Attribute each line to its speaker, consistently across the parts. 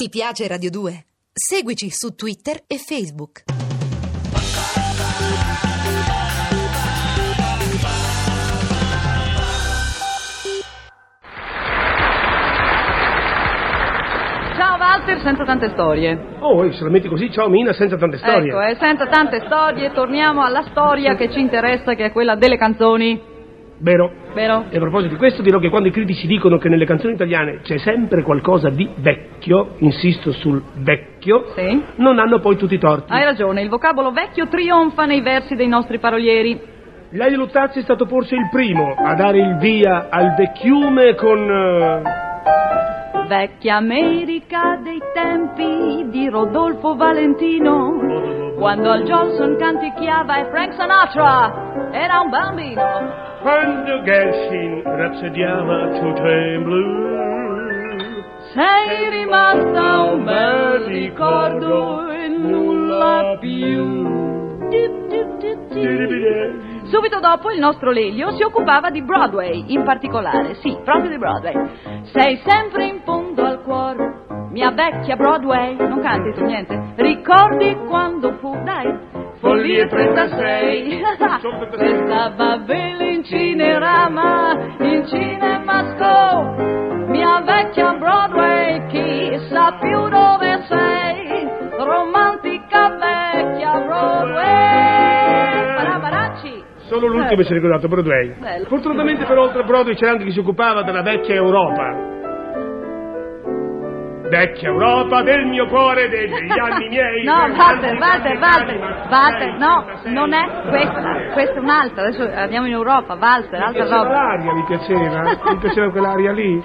Speaker 1: Ti piace Radio 2? Seguici su Twitter e Facebook.
Speaker 2: Ciao Walter, senza tante storie.
Speaker 3: Oh, eh, se la metti così, ciao Mina, senza tante storie.
Speaker 2: Ecco, eh, senza tante storie, torniamo alla storia che ci interessa, che è quella delle canzoni.
Speaker 3: Vero?
Speaker 2: Vero?
Speaker 3: E a proposito di questo, dirò che quando i critici dicono che nelle canzoni italiane c'è sempre qualcosa di vecchio, insisto sul vecchio,
Speaker 2: Sì.
Speaker 3: non hanno poi tutti i torti.
Speaker 2: Hai ragione, il vocabolo vecchio trionfa nei versi dei nostri parolieri.
Speaker 3: Lei Luttazzi è stato forse il primo a dare il via al vecchiume con... eh,
Speaker 2: Vecchia America dei tempi di Rodolfo Valentino, quando al Johnson canticchiava e Frank Sinatra era un bambino.
Speaker 3: Quando Gershwin rapsodiava Children Blue.
Speaker 2: Sei rimasta un bel ricordo e nulla più. Di, di, di, di. Subito dopo il nostro Lelio si occupava di Broadway, in particolare, sì, proprio di Broadway. Sei sempre in fondo al cuore, mia vecchia Broadway, non canti tu niente. Ricordi quando fu, dai, follia 36, stava bene in cinerama, in cinemascope, mia vecchia Broadway, chissà più dove sei, romantica vecchia Broadway. Parabaracci!
Speaker 3: Solo l'ultimo
Speaker 2: Eh.
Speaker 3: si è ricordato, Broadway.
Speaker 2: Bello.
Speaker 3: Fortunatamente per oltre a Broadway c'era anche chi si occupava della vecchia Europa. Vecchia Europa del mio cuore, degli anni miei.
Speaker 2: No, Walter,
Speaker 3: per tanti
Speaker 2: Walter,
Speaker 3: anni, anima,
Speaker 2: Walter, Walter,
Speaker 3: sei,
Speaker 2: no,
Speaker 3: sei,
Speaker 2: non è
Speaker 3: sei.
Speaker 2: questa, questa è un'altra, adesso andiamo in Europa, Walter,
Speaker 3: Mi
Speaker 2: altra
Speaker 3: piaceva
Speaker 2: roba.
Speaker 3: l'aria, mi piaceva. Mi piaceva quell'aria lì.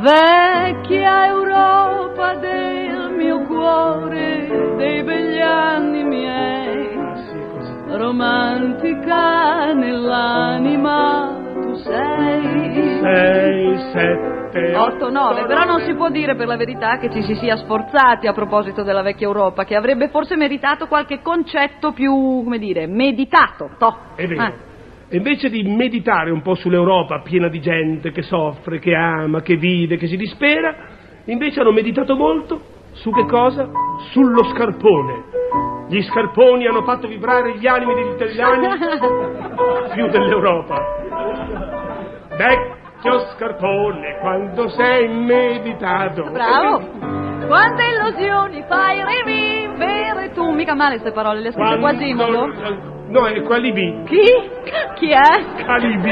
Speaker 2: Vecchia Europa del mio cuore, dei begli anni miei,
Speaker 3: Sì, così.
Speaker 2: romantica nell'anima tu sei.
Speaker 3: Sei, sette,
Speaker 2: 8, 9, però non si
Speaker 3: nove.
Speaker 2: può dire per la verità che ci si sia sforzati a proposito della vecchia Europa, che avrebbe forse meritato qualche concetto più, come dire, meditato. toh.
Speaker 3: È vero.
Speaker 2: Eh.
Speaker 3: E invece di meditare un po' sull'Europa piena di gente che soffre, che ama, che vive, che si dispera, invece hanno meditato molto su che cosa? Sullo scarpone. Gli scarponi hanno fatto vibrare gli animi degli italiani
Speaker 2: Ah.
Speaker 3: più dell'Europa. Vecchio scarpone, quando sei meditato.
Speaker 2: Bravo! Quante illusioni fai rivivere tu? Mica male queste parole, le ha scritte
Speaker 3: Quando-
Speaker 2: Quasimodo.
Speaker 3: No, è Qualibi.
Speaker 2: Chi? Chi è?
Speaker 3: Calibi.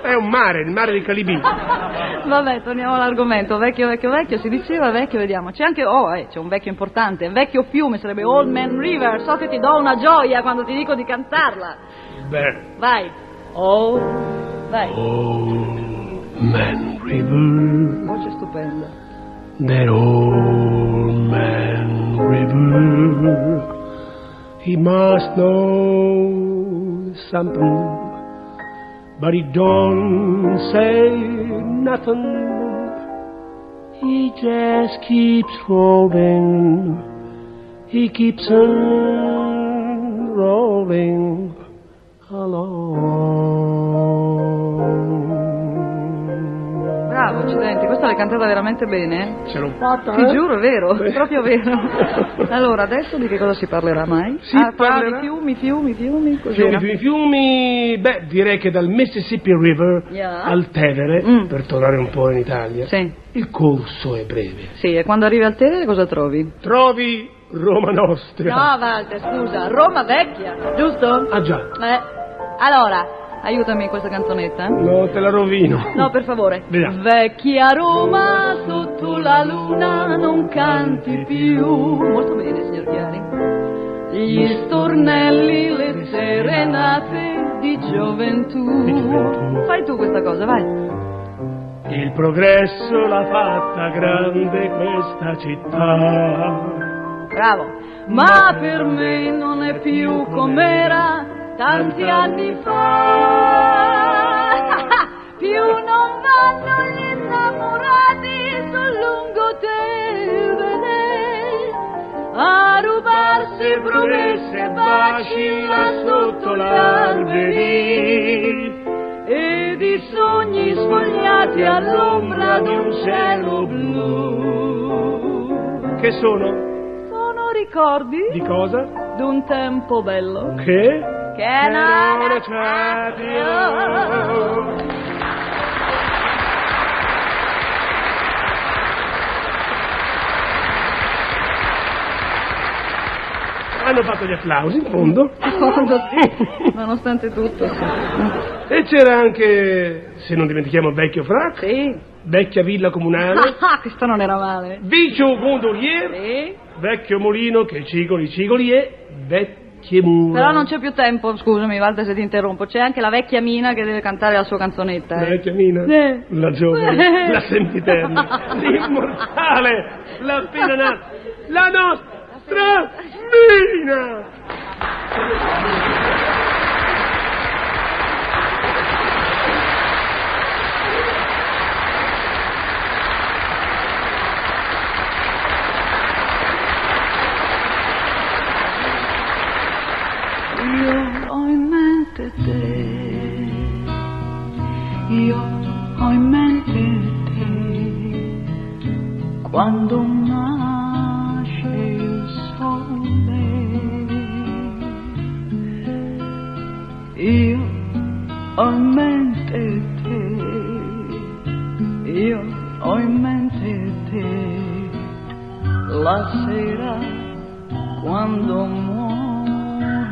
Speaker 3: È un mare, il mare dei Calibi.
Speaker 2: Vabbè, torniamo all'argomento. Vecchio, vecchio, vecchio, si diceva vecchio, vediamo. C'è anche, oh, eh, c'è un vecchio importante, un vecchio fiume, sarebbe Old Man River. So che ti do una gioia quando ti dico di cantarla.
Speaker 3: Beh.
Speaker 2: Vai. Oh, vai.
Speaker 3: Old Man River,
Speaker 2: Voce stupenda.
Speaker 3: that old man river, he must know something, but he don't say nothing. He just keeps rolling, he keeps on rolling along.
Speaker 2: Bravo, accidenti, questa l'hai cantata veramente bene.
Speaker 3: Ce l'ho fatta,
Speaker 2: Ti
Speaker 3: eh?
Speaker 2: giuro, è vero,
Speaker 3: Beh.
Speaker 2: è proprio vero. Allora, adesso di che cosa si parlerà mai?
Speaker 3: Si
Speaker 2: ah, parla
Speaker 3: parlerà-
Speaker 2: di fiumi, fiumi, fiumi, così.
Speaker 3: Fiumi,
Speaker 2: no?
Speaker 3: fiumi, fiumi, beh, direi che dal Mississippi River
Speaker 2: Yeah.
Speaker 3: al Tevere,
Speaker 2: Mm.
Speaker 3: per tornare un po' in Italia,
Speaker 2: Sì.
Speaker 3: il corso è breve.
Speaker 2: Sì, e quando arrivi al Tevere cosa trovi?
Speaker 3: Trovi Roma Nostra.
Speaker 2: Walter, scusa, Roma vecchia, giusto?
Speaker 3: Ah già,
Speaker 2: Eh, allora, aiutami in questa canzonetta. eh.
Speaker 3: no, te la rovino.
Speaker 2: No, per favore.
Speaker 3: Vediamo.
Speaker 2: Vecchia Roma, sotto la luna non canti più. Molto bene, signor Chiari. Gli stornelli, le serenate di gioventù.
Speaker 3: Di gioventù.
Speaker 2: Fai tu questa cosa, vai.
Speaker 3: Il progresso l'ha fatta grande questa città.
Speaker 2: Bravo. Ma per me non è più com'era tanti anni fa. più non vanno gli innamorati sul lungo Tevere a rubarsi promesse e baci là sotto l'alberi e di sogni sfogliati all'ombra di un cielo blu.
Speaker 3: Che sono?
Speaker 2: Sono ricordi
Speaker 3: Di cosa?
Speaker 2: d'un tempo bello.
Speaker 3: Che?
Speaker 2: Che non
Speaker 3: non
Speaker 2: è
Speaker 3: c'è
Speaker 2: stato.
Speaker 3: Dio. Hanno fatto gli applausi in fondo.
Speaker 2: Eh. Nonostante tutto, sì.
Speaker 3: E c'era anche, se non dimentichiamo, vecchio frac,
Speaker 2: Sì.
Speaker 3: vecchia villa comunale,
Speaker 2: Ah, questo non era male.
Speaker 3: vicio gondolier,
Speaker 2: Sì.
Speaker 3: vecchio mulino che cigoli cigoli e vecchie mura.
Speaker 2: Però non c'è più tempo, scusami Walter se ti interrompo. C'è anche la vecchia Mina che deve cantare la sua canzonetta.
Speaker 3: La
Speaker 2: eh.
Speaker 3: vecchia Mina,
Speaker 2: Sì.
Speaker 3: la giovane,
Speaker 2: Sì.
Speaker 3: la sempiterna, l'immortale, la appena nata, la nostra Mina!
Speaker 2: Io ho in mente te, io ho in mente te, quando nasce il sole. Io ho in mente te, io ho in mente te, la sera quando muori.